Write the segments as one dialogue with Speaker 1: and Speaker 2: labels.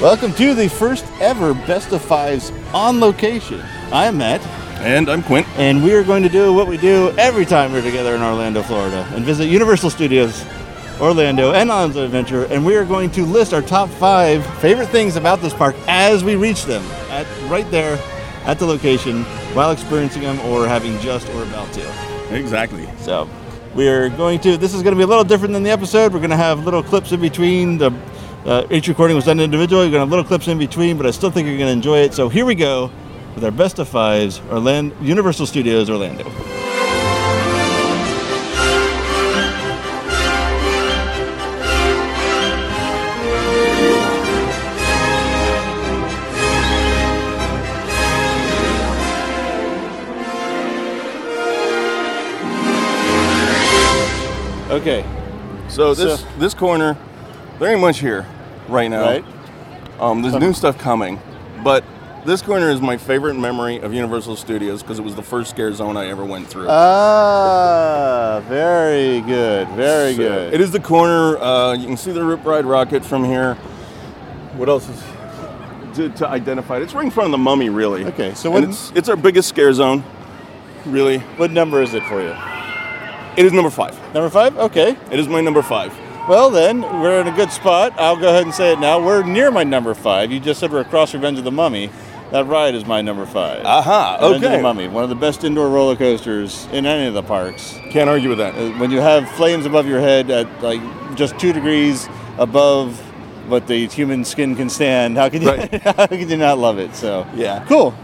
Speaker 1: Welcome to the first ever Best of Fives on location. I'm Matt,
Speaker 2: And I'm Quint.
Speaker 1: and we are going to do what we do every time we're together in Orlando, Florida, and visit Universal Studios Orlando and on the adventure. And we are going to list our top five favorite things about this park as we reach them, at right there at the location while experiencing them or having just or about to.
Speaker 2: Exactly.
Speaker 1: So we're going to. This is going to be a little different than the episode. We're going to have little clips in between. The uh, each recording was done individually. We're going to have little clips in between, but I still think you're going to enjoy it. So here we go with our best of fives. Orlando Universal Studios Orlando. Okay,
Speaker 2: So this
Speaker 1: So-
Speaker 2: this corner, there ain't much here right now.
Speaker 1: right.
Speaker 2: Um, there's new stuff coming, but this corner is my favorite memory of Universal Studios because it was the first scare zone I ever went through.
Speaker 1: Uh, Ah, very good, very
Speaker 2: So
Speaker 1: good.
Speaker 2: It is the corner. Uh, you can see the Rip Ride Rocket from here. What else is to, to identify it? It's right in front of the Mummy, really.
Speaker 1: Okay, so
Speaker 2: And
Speaker 1: what-
Speaker 2: it's it's our biggest scare zone, really.
Speaker 1: What number is it for you?
Speaker 2: It is number five.
Speaker 1: Number five. Okay.
Speaker 2: It is my number five.
Speaker 1: Well, then, we're in a good spot. I'll go ahead and say it now. We're near my number five. You just said we're across Revenge of the Mummy. That ride is my number five.
Speaker 2: Aha.
Speaker 1: Revenge of
Speaker 2: Okay.
Speaker 1: the Mummy, one of the best indoor roller coasters in any of the parks.
Speaker 2: Can't argue with that.
Speaker 1: Uh, When you have flames above your head at like just two degrees above what the human skin can stand, how can you,
Speaker 2: Right.
Speaker 1: how can you not love it? So
Speaker 2: Yeah.
Speaker 1: cool.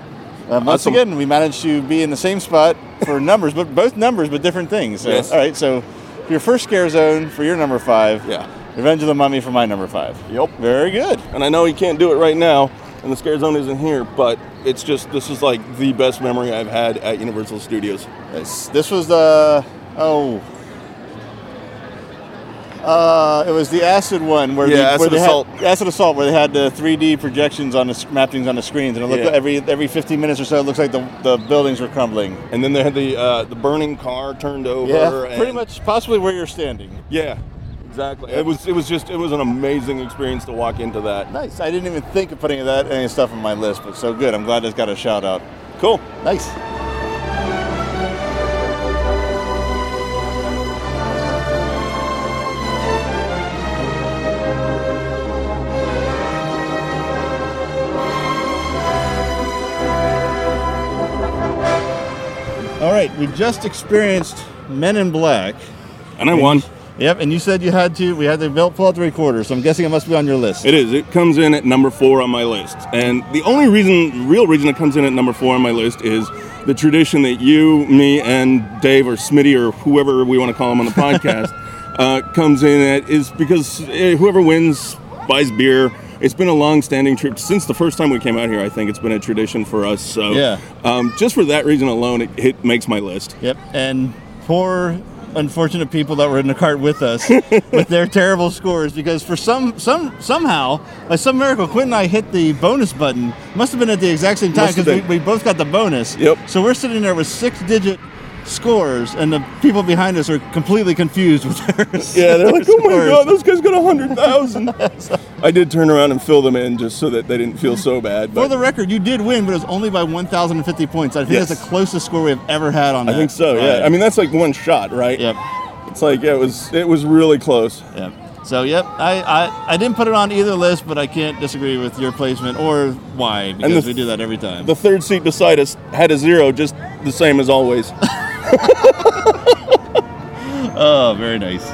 Speaker 1: Uh, once
Speaker 2: Awesome.
Speaker 1: again, we managed to be in the same spot for numbers, but both numbers, but different things. So,
Speaker 2: Yes.
Speaker 1: All right, so your first scare zone for your number five.
Speaker 2: Yeah.
Speaker 1: Revenge of the Mummy for my number five.
Speaker 2: Yep.
Speaker 1: Very good.
Speaker 2: And I know he can't do it right now, and the scare zone isn't here, but it's just this is like the best memory I've had at Universal Studios.
Speaker 1: This, this was the oh. Uh, it was the acid one where,
Speaker 2: Yeah,
Speaker 1: the,
Speaker 2: Acid
Speaker 1: where they
Speaker 2: Assault.
Speaker 1: had acid assault where they had the 3D projections on the sc- mappings on the screens and it looked
Speaker 2: Yeah.
Speaker 1: every every 15 minutes or so it looks like the, the buildings were crumbling.
Speaker 2: And then they had the uh, the burning car turned over. and-
Speaker 1: pretty much possibly where you're standing.
Speaker 2: Yeah, exactly. It was it was just it was an amazing experience to walk into that.
Speaker 1: Nice. I didn't even think of putting that any stuff on my list, but so good. I'm glad it's got a shout out.
Speaker 2: Cool.
Speaker 1: Nice. All right, we just experienced Men in Black.
Speaker 2: And I won.
Speaker 1: Yep, and you said you had to. We had to belt pull out the recorder, so I'm guessing it must be on your list.
Speaker 2: It is. It comes in at number four on my list. And the only reason, real reason it comes in at number four on my list is the tradition that you, me, and Dave or Smitty or whoever we want to call him on the podcast uh, comes in at is because eh, whoever wins buys beer. It's been a long-standing trip since the first time we came out here. I think it's been a tradition for us. So,
Speaker 1: Yeah.
Speaker 2: um, just for that reason alone, it, it makes my list.
Speaker 1: Yep, and poor unfortunate people that were in the cart with us with their terrible scores because for some some somehow by some miracle Quint and I hit the bonus button must have been at the exact same time
Speaker 2: Must
Speaker 1: because
Speaker 2: have
Speaker 1: we,
Speaker 2: been.
Speaker 1: we both got the bonus
Speaker 2: Yep.
Speaker 1: so we're sitting there with six digit scores and the people behind us are completely confused with theirs
Speaker 2: Yeah, they're like, oh my
Speaker 1: Scores.
Speaker 2: god, those guys got a hundred thousand. I did turn around and fill them in just so that they didn't feel so bad.
Speaker 1: for
Speaker 2: but-
Speaker 1: the record you did win but it was only by 1050 points I think
Speaker 2: Yes.
Speaker 1: that's the closest score we've ever had on
Speaker 2: I
Speaker 1: that
Speaker 2: think so. Yeah.
Speaker 1: Alright.
Speaker 2: I mean, that's like one shot, right?
Speaker 1: yep
Speaker 2: It's like yeah, it was it was really close.
Speaker 1: Yep. So yep, I, I I didn't put it on either list, but I can't disagree with your placement or why because
Speaker 2: the-
Speaker 1: we do that every time.
Speaker 2: The third seat beside us had a zero, just the same as always.
Speaker 1: oh, very nice.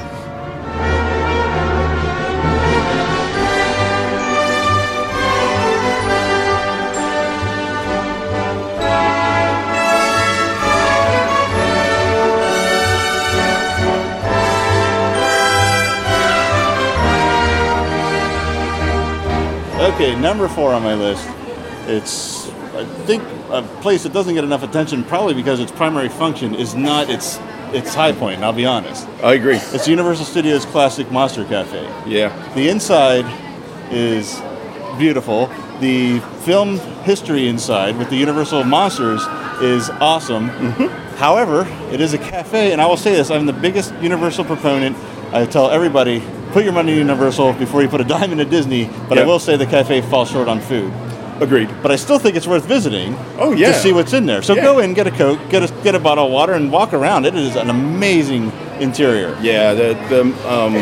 Speaker 1: Okay, number four on my list. It's, I think, a place that doesn't get enough attention, probably because its primary function is not its its high point. and I'll be honest.
Speaker 2: I agree.
Speaker 1: It's Universal Studios Classic Monster Cafe.
Speaker 2: Yeah.
Speaker 1: The inside is beautiful. The film history inside with the Universal Monsters is awesome.
Speaker 2: Mm-hmm.
Speaker 1: However, it is a cafe, and I will say this I'm the biggest Universal proponent. I tell everybody put your money in Universal before you put a dime into Disney. But I
Speaker 2: Yeah.
Speaker 1: will say the cafe falls short on food.
Speaker 2: Agreed.
Speaker 1: But I still think it's worth visiting.
Speaker 2: Oh, yeah.
Speaker 1: To see what's in there. So
Speaker 2: Yeah.
Speaker 1: go in, get a coke, get a get a bottle of water, and walk around. It is an amazing interior.
Speaker 2: Yeah, the, the um,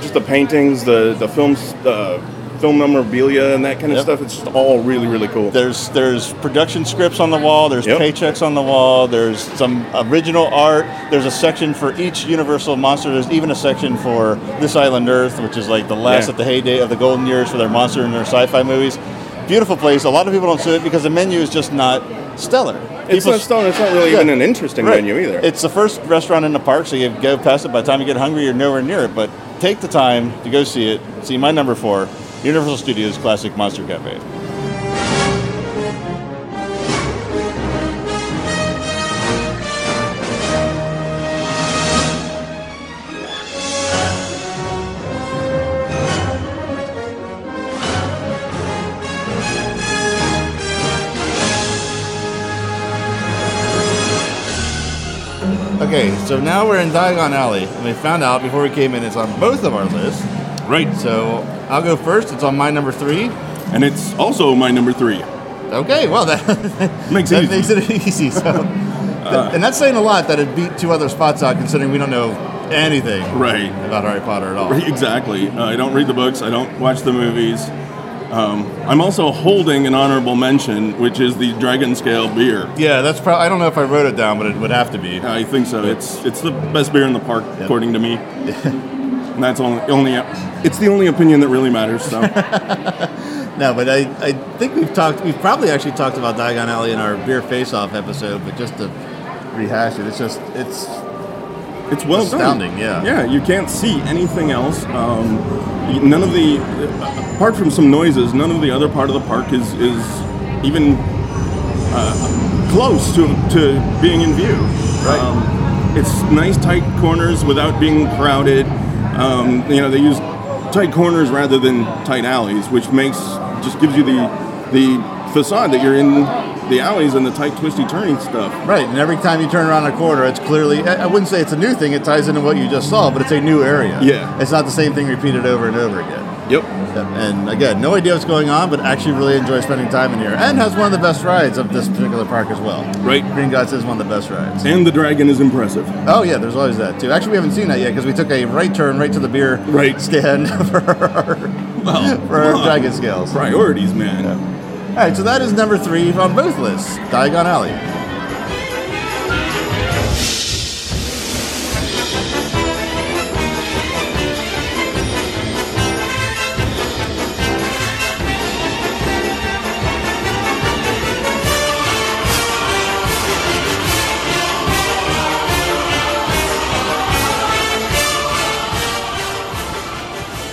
Speaker 2: just the paintings, the the films, uh, film memorabilia, and that kind of
Speaker 1: Yep.
Speaker 2: stuff. It's just all really really cool.
Speaker 1: There's there's production scripts on the wall. There's
Speaker 2: Yep.
Speaker 1: paychecks on the wall. There's some original art. There's a section for each Universal monster. There's even a section for This Island Earth, which is like the last
Speaker 2: Yeah.
Speaker 1: of the heyday of the golden years for their monster and their sci-fi movies. Beautiful place. A lot of people don't see it because the menu is just not stellar.
Speaker 2: it's
Speaker 1: People
Speaker 2: not stone. It's not really
Speaker 1: Yeah.
Speaker 2: even an interesting
Speaker 1: Right.
Speaker 2: menu either.
Speaker 1: It's the first restaurant in the park, so you go past it. By the time you get hungry, you're nowhere near it. But take the time to go see it. See my number four, Universal Studios Classic Monster Cafe. Okay, so now we're in Diagon Alley, and we found out before we came in it's on both of our lists.
Speaker 2: right,
Speaker 1: So I'll go first. It's on my number three.
Speaker 2: and it's also my number three.
Speaker 1: Okay, well that
Speaker 2: Makes it
Speaker 1: that
Speaker 2: easy.
Speaker 1: makes it easy. So, and that's saying a lot that it beat two other spots out, considering we don't know anything
Speaker 2: Right.
Speaker 1: about Harry Potter at all.
Speaker 2: Exactly. Uh, I don't read the books. I don't watch the movies. Um, I'm also holding an honorable mention, which is the Dragon Scale beer.
Speaker 1: Yeah, that's probably. I don't know if I wrote it down, but it would have to be.
Speaker 2: I think so. It's it's the best beer in the park, according to me. and that's only only it's the only opinion that really matters. So
Speaker 1: No, but I, I think we've talked, we've probably actually talked about Diagon Alley in our beer face off episode, but just to rehash it, it's just, it's,
Speaker 2: it's well
Speaker 1: Astounding,
Speaker 2: done.
Speaker 1: yeah.
Speaker 2: Yeah. You can't see anything else. Um, y- none of the apart from some noises, none of the other part of the park is is even uh, close to to being in view.
Speaker 1: Right.
Speaker 2: Um, it's nice tight corners without being crowded. Um, you know, they use tight corners rather than tight alleys, which makes just gives you the the facade that you're in the alleys and the tight twisty turning stuff.
Speaker 1: right. And every time you turn around a corner, it's clearly, I I wouldn't say it's a new thing, it ties into what you just saw, but it's a new area.
Speaker 2: Yeah.
Speaker 1: It's not the same thing repeated over and over again.
Speaker 2: Yep.
Speaker 1: And again, no idea what's going on, but actually really enjoy spending time in here. And has one of the best rides of this particular park as well.
Speaker 2: Right.
Speaker 1: Green Gods is one of the best rides.
Speaker 2: And the dragon is impressive.
Speaker 1: Oh yeah, there's always that too. Actually, we haven't seen that yet because we took a right turn right to the beer
Speaker 2: Right.
Speaker 1: stand for our, for our
Speaker 2: come on.
Speaker 1: dragon scales.
Speaker 2: Priorities, man.
Speaker 1: All right, so that is number three on both lists, Diagon Alley.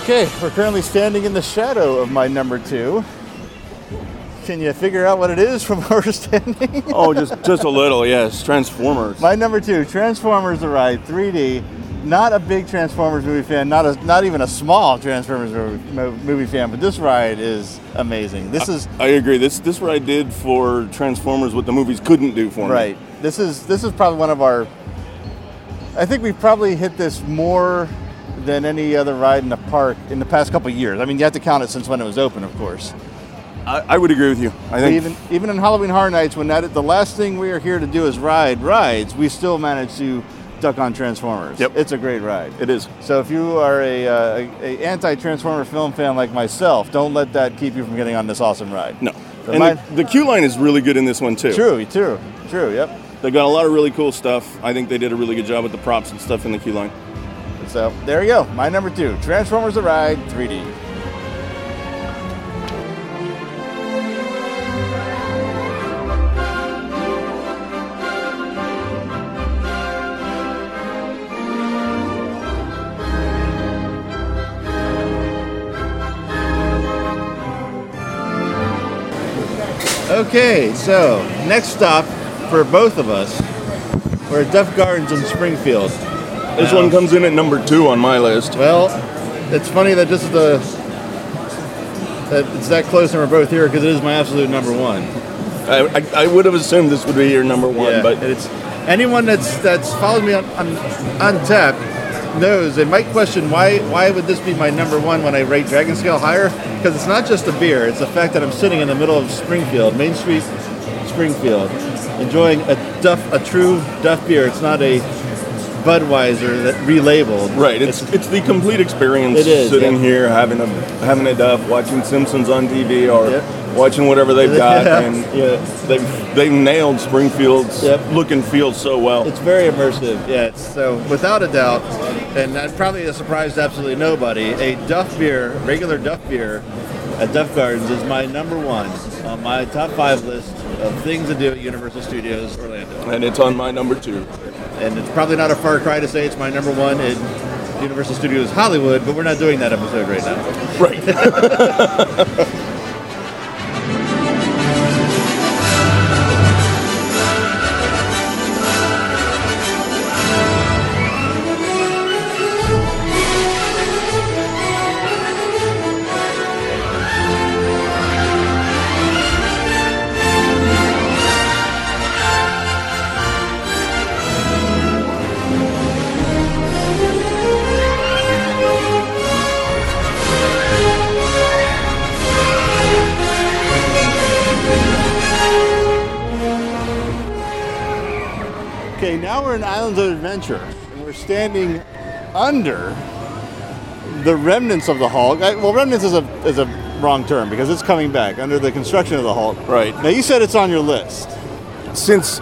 Speaker 1: Okay, we're currently standing in the shadow of my number two. Can you figure out what it is from where we're standing?
Speaker 2: Oh, just just a little, yes. Transformers.
Speaker 1: My number two, Transformers: The Ride 3D. Not a big Transformers movie fan, not a, not even a small Transformers movie, mo- movie fan, but this ride is amazing. This is
Speaker 2: I agree. This this ride did for Transformers what the movies couldn't do for me.
Speaker 1: right. This is this is probably one of our. I think we probably hit this more than any other ride in the park in the past couple of years. I mean, you have to count it since when it was open, of course.
Speaker 2: I, I would agree with you.
Speaker 1: But
Speaker 2: I think
Speaker 1: even even in Halloween Horror Nights, when that the last thing we are here to do is ride rides, we still manage to duck on Transformers.
Speaker 2: Yep.
Speaker 1: It's a great ride.
Speaker 2: it is.
Speaker 1: So if you are a, uh, a, a anti-Transformer film fan like myself, don't let that keep you from getting on this awesome ride.
Speaker 2: No.
Speaker 1: So
Speaker 2: And
Speaker 1: mine-
Speaker 2: the, the queue line is really good in this one too.
Speaker 1: true, true, true. Yep.
Speaker 2: They got a lot of really cool stuff. I think they did a really good job with the props and stuff in the queue line.
Speaker 1: So there you go. My number two, Transformers: The Ride 3D. Okay, so next stop for both of us, we're at Duff Gardens in Springfield.
Speaker 2: This one comes in at number two on my list.
Speaker 1: Well, it's funny that this is the that it's that close and we're both here because it is my absolute number one.
Speaker 2: I, I, I would have assumed this would be your number one,
Speaker 1: Yeah,
Speaker 2: but
Speaker 1: and it's anyone that's that's followed me on on, on tap knows and might question why why would this be my number one when I rate Dragon Scale higher? Because it's not just a beer; it's the fact that I'm sitting in the middle of Springfield, Main Street, Springfield, enjoying a duff, a true duff beer. It's not a Budweiser that relabeled.
Speaker 2: Right, it's it's the complete experience.
Speaker 1: It is,
Speaker 3: sitting
Speaker 1: yeah.
Speaker 3: here having a having a duff, watching Simpsons on TV or
Speaker 1: Yep.
Speaker 3: watching whatever they've got,
Speaker 1: Yeah.
Speaker 3: and
Speaker 1: yeah.
Speaker 3: they've they nailed Springfield's
Speaker 1: Yep.
Speaker 3: look and feel so well.
Speaker 1: It's very immersive. Yeah. it's- So without a doubt, and that probably has surprised absolutely nobody, a Duff beer, regular Duff beer at Duff Gardens is my number one on my top five list of things to do at Universal Studios Orlando.
Speaker 3: and it's on my number two.
Speaker 1: And it's probably not a far cry to say it's my number one in Universal Studios Hollywood, but we're not doing that episode right now.
Speaker 3: Right.
Speaker 1: Okay, now we're in Islands of Adventure, and we're standing under the remnants of the Hulk. I, well, remnants is a is a wrong term because it's coming back under the construction of the Hulk.
Speaker 2: Right.
Speaker 1: Now you said it's on your list.
Speaker 2: since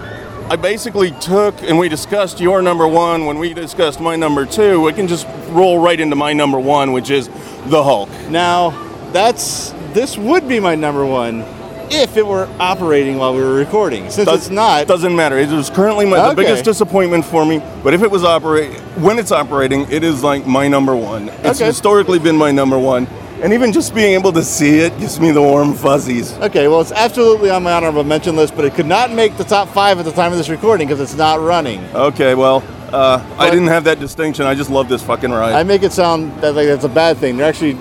Speaker 2: I basically took and we discussed your number one when we discussed my number two, we can just roll right into my number one, which is the Hulk.
Speaker 1: Now, that's this would be my number one if it were operating while we were recording. Since it's not,
Speaker 2: Doesn't matter. It was currently my, the
Speaker 1: Okay.
Speaker 2: biggest disappointment for me. But if it was operate when it's operating, it is like my number one. It's
Speaker 1: Okay.
Speaker 2: historically been my number one, and even just being able to see it gives me the warm fuzzies.
Speaker 1: okay, well, it's absolutely on my honorable mention list, but it could not make the top five at the time of this recording because it's not running.
Speaker 2: Okay, well, uh, I
Speaker 1: But-
Speaker 2: didn't have that distinction. I just love this fucking ride.
Speaker 1: I make it sound that like that's a bad thing. They're actually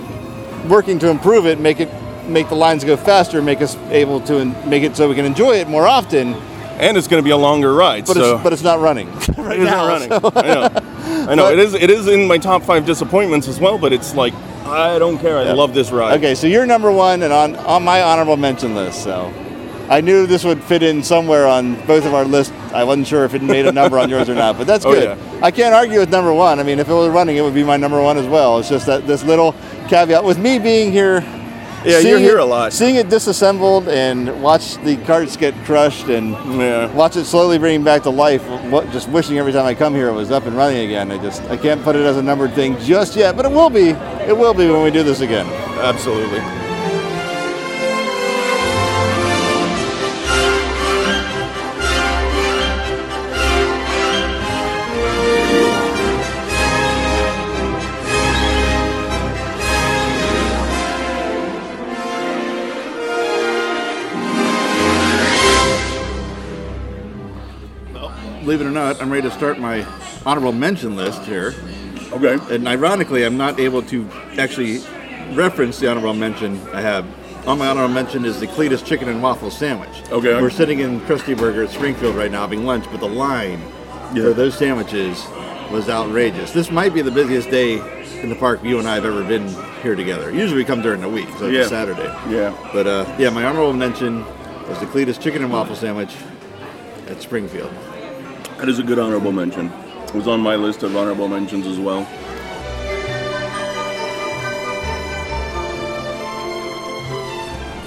Speaker 1: working to improve it, make it make the lines go faster, make us able to en- make it so we can enjoy it more often.
Speaker 2: and it's going to be a longer ride.
Speaker 1: But
Speaker 2: so.
Speaker 1: it's but it's not running right
Speaker 2: It is
Speaker 1: now.
Speaker 2: not running. I know. I know. it is. It is in my top five disappointments as well. But it's like I don't care. I love this ride.
Speaker 1: Okay, so you're number one and on, on my honorable mention list. So I knew this would fit in somewhere on both of our lists. I wasn't sure if it made a number on yours or not, but that's
Speaker 2: Oh,
Speaker 1: good. I can't argue with number one. I mean, if it was running, it would be my number one as well. It's just that this little caveat with me being here.
Speaker 2: Yeah, you're
Speaker 1: seeing
Speaker 2: here
Speaker 1: it-
Speaker 2: a lot.
Speaker 1: Seeing it disassembled and watch the carts get crushed and
Speaker 2: Yeah.
Speaker 1: watch it slowly bring back to life. What, just wishing every time I come here it was up and running again. I just I can't put it as a numbered thing just yet, but it will be. It will be when we do this again.
Speaker 2: Absolutely.
Speaker 1: Believe it or not, I'm ready to start my honorable mention list here.
Speaker 2: Okay.
Speaker 1: And ironically, I'm not able to actually reference the honorable mention I have. On my honorable mention is the Cletus chicken and waffle sandwich.
Speaker 2: Okay.
Speaker 1: We're sitting in Krusty Burger at Springfield right now having lunch, but the line for those sandwiches was outrageous. This might be the busiest day in the park you and I have ever been here together. Usually we come during the week, so it's
Speaker 2: Yeah.
Speaker 1: a Saturday.
Speaker 2: Yeah.
Speaker 1: But uh, yeah, my honorable mention was the Cletus chicken and waffle sandwich at Springfield.
Speaker 2: That is a good honorable mention. It was on my list of honorable mentions as well.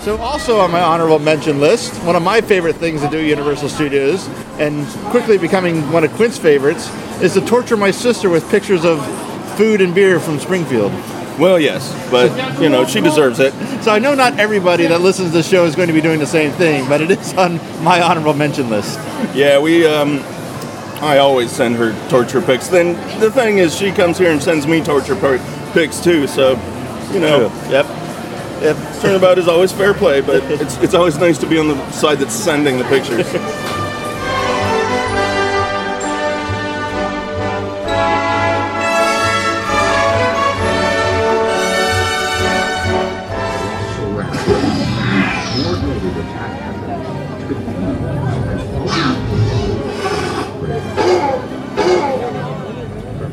Speaker 1: So also on my honorable mention list, one of my favorite things to do at Universal Studios, and quickly becoming one of Quint's favorites, is to torture my sister with pictures of food and beer from Springfield.
Speaker 2: Well, yes, but you know she deserves it.
Speaker 1: So I know not everybody that listens to the show is going to be doing the same thing, but it is on my honorable mention list.
Speaker 2: Yeah, we. Um, I always send her torture pics. Then the thing is, she comes here and sends me torture per- pics too. So, you know,
Speaker 1: Yep. Yep.
Speaker 2: turnabout is always fair play. But it's it's always nice to be on the side that's sending the pictures.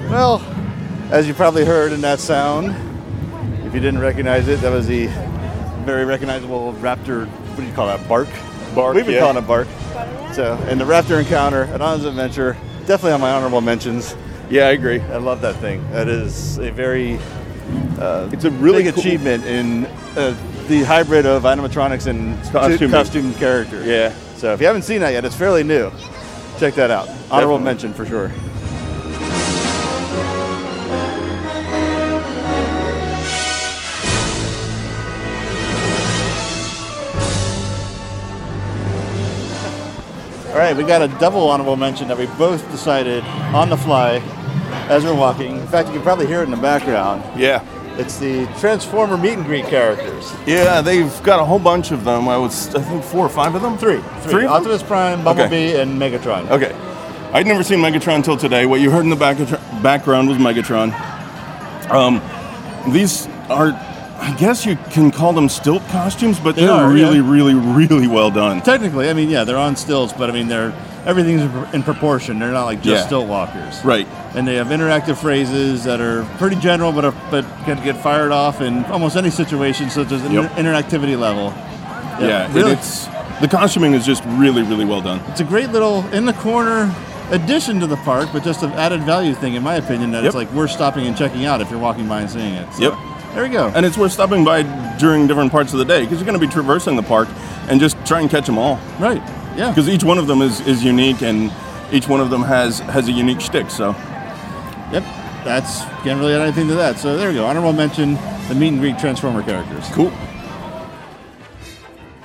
Speaker 1: Well, as you probably heard in that sound, if you didn't recognize it, that was the very recognizable raptor. What do you call that? Bark.
Speaker 3: Bark,
Speaker 1: We've been
Speaker 3: yeah.
Speaker 1: calling it bark. So, and the raptor encounter, an honest adventure, definitely on my honorable mentions.
Speaker 3: Yeah, I agree.
Speaker 1: I love that thing. That is a very uh,
Speaker 3: It's a really
Speaker 1: big
Speaker 3: cool-
Speaker 1: achievement in uh, the hybrid of animatronics and
Speaker 3: Costuming.
Speaker 1: costume character.
Speaker 3: Yeah.
Speaker 1: So if you haven't seen that yet, it's fairly new. Check that out. Honorable
Speaker 3: Definitely.
Speaker 1: mention for sure. All right, we got a double honorable mention that we both decided on the fly as we're walking. In fact, you can probably hear it in the background.
Speaker 2: Yeah.
Speaker 1: It's the Transformer meet and greet characters.
Speaker 2: Yeah, they've got a whole bunch of them. I was, I think, four or five of them? Three. Three? of them?
Speaker 1: Optimus Prime, Bumblebee, and Megatron.
Speaker 2: Okay. I'd never seen Megatron till today. What you heard in the back- background was Megatron. Um, these are, I guess you can call them stilt costumes, but
Speaker 1: They
Speaker 2: they're
Speaker 1: are,
Speaker 2: really, really, really well done.
Speaker 1: Technically, I mean, yeah, they're on stilts, but I mean, they're everything's in pro- in proportion. They're not like just
Speaker 2: Yeah.
Speaker 1: stilt walkers,
Speaker 2: Right.
Speaker 1: And they have interactive phrases that are pretty general, but are, but can get fired off in almost any situation. So there's an
Speaker 2: Yep.
Speaker 1: inter- interactivity level.
Speaker 2: Yeah. and
Speaker 1: really,
Speaker 2: it's the costuming is just really, really well done.
Speaker 1: it's a great little in the corner addition to the park, but just an added value thing, in my opinion. That
Speaker 2: Yep.
Speaker 1: it's like worth stopping and checking out if you're walking by and seeing it. So,
Speaker 2: Yep.
Speaker 1: There we go.
Speaker 2: And it's worth stopping by during different parts of the day because you're going to be traversing the park and just try and catch them all.
Speaker 1: right. Yeah.
Speaker 2: Because each one of them is, is unique and each one of them has has a unique shtick. So
Speaker 1: Yep, that's can't really add anything to that. So there we go. Honorable mention: the meet and greet Transformer characters.
Speaker 2: cool.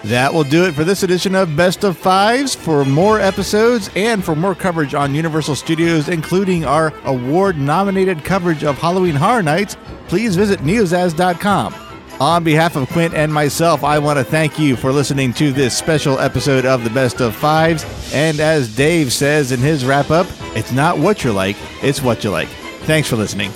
Speaker 4: That will do it for this edition of Best of Fives. For more episodes and for more coverage on Universal Studios, including our award nominated coverage of Halloween Horror Nights, please visit newsaz.com. On behalf of Quint and myself, I want to thank you for listening to this special episode of the Best of Fives. And as Dave says in his wrap up, it's not what you like, it's what you like. Thanks for listening.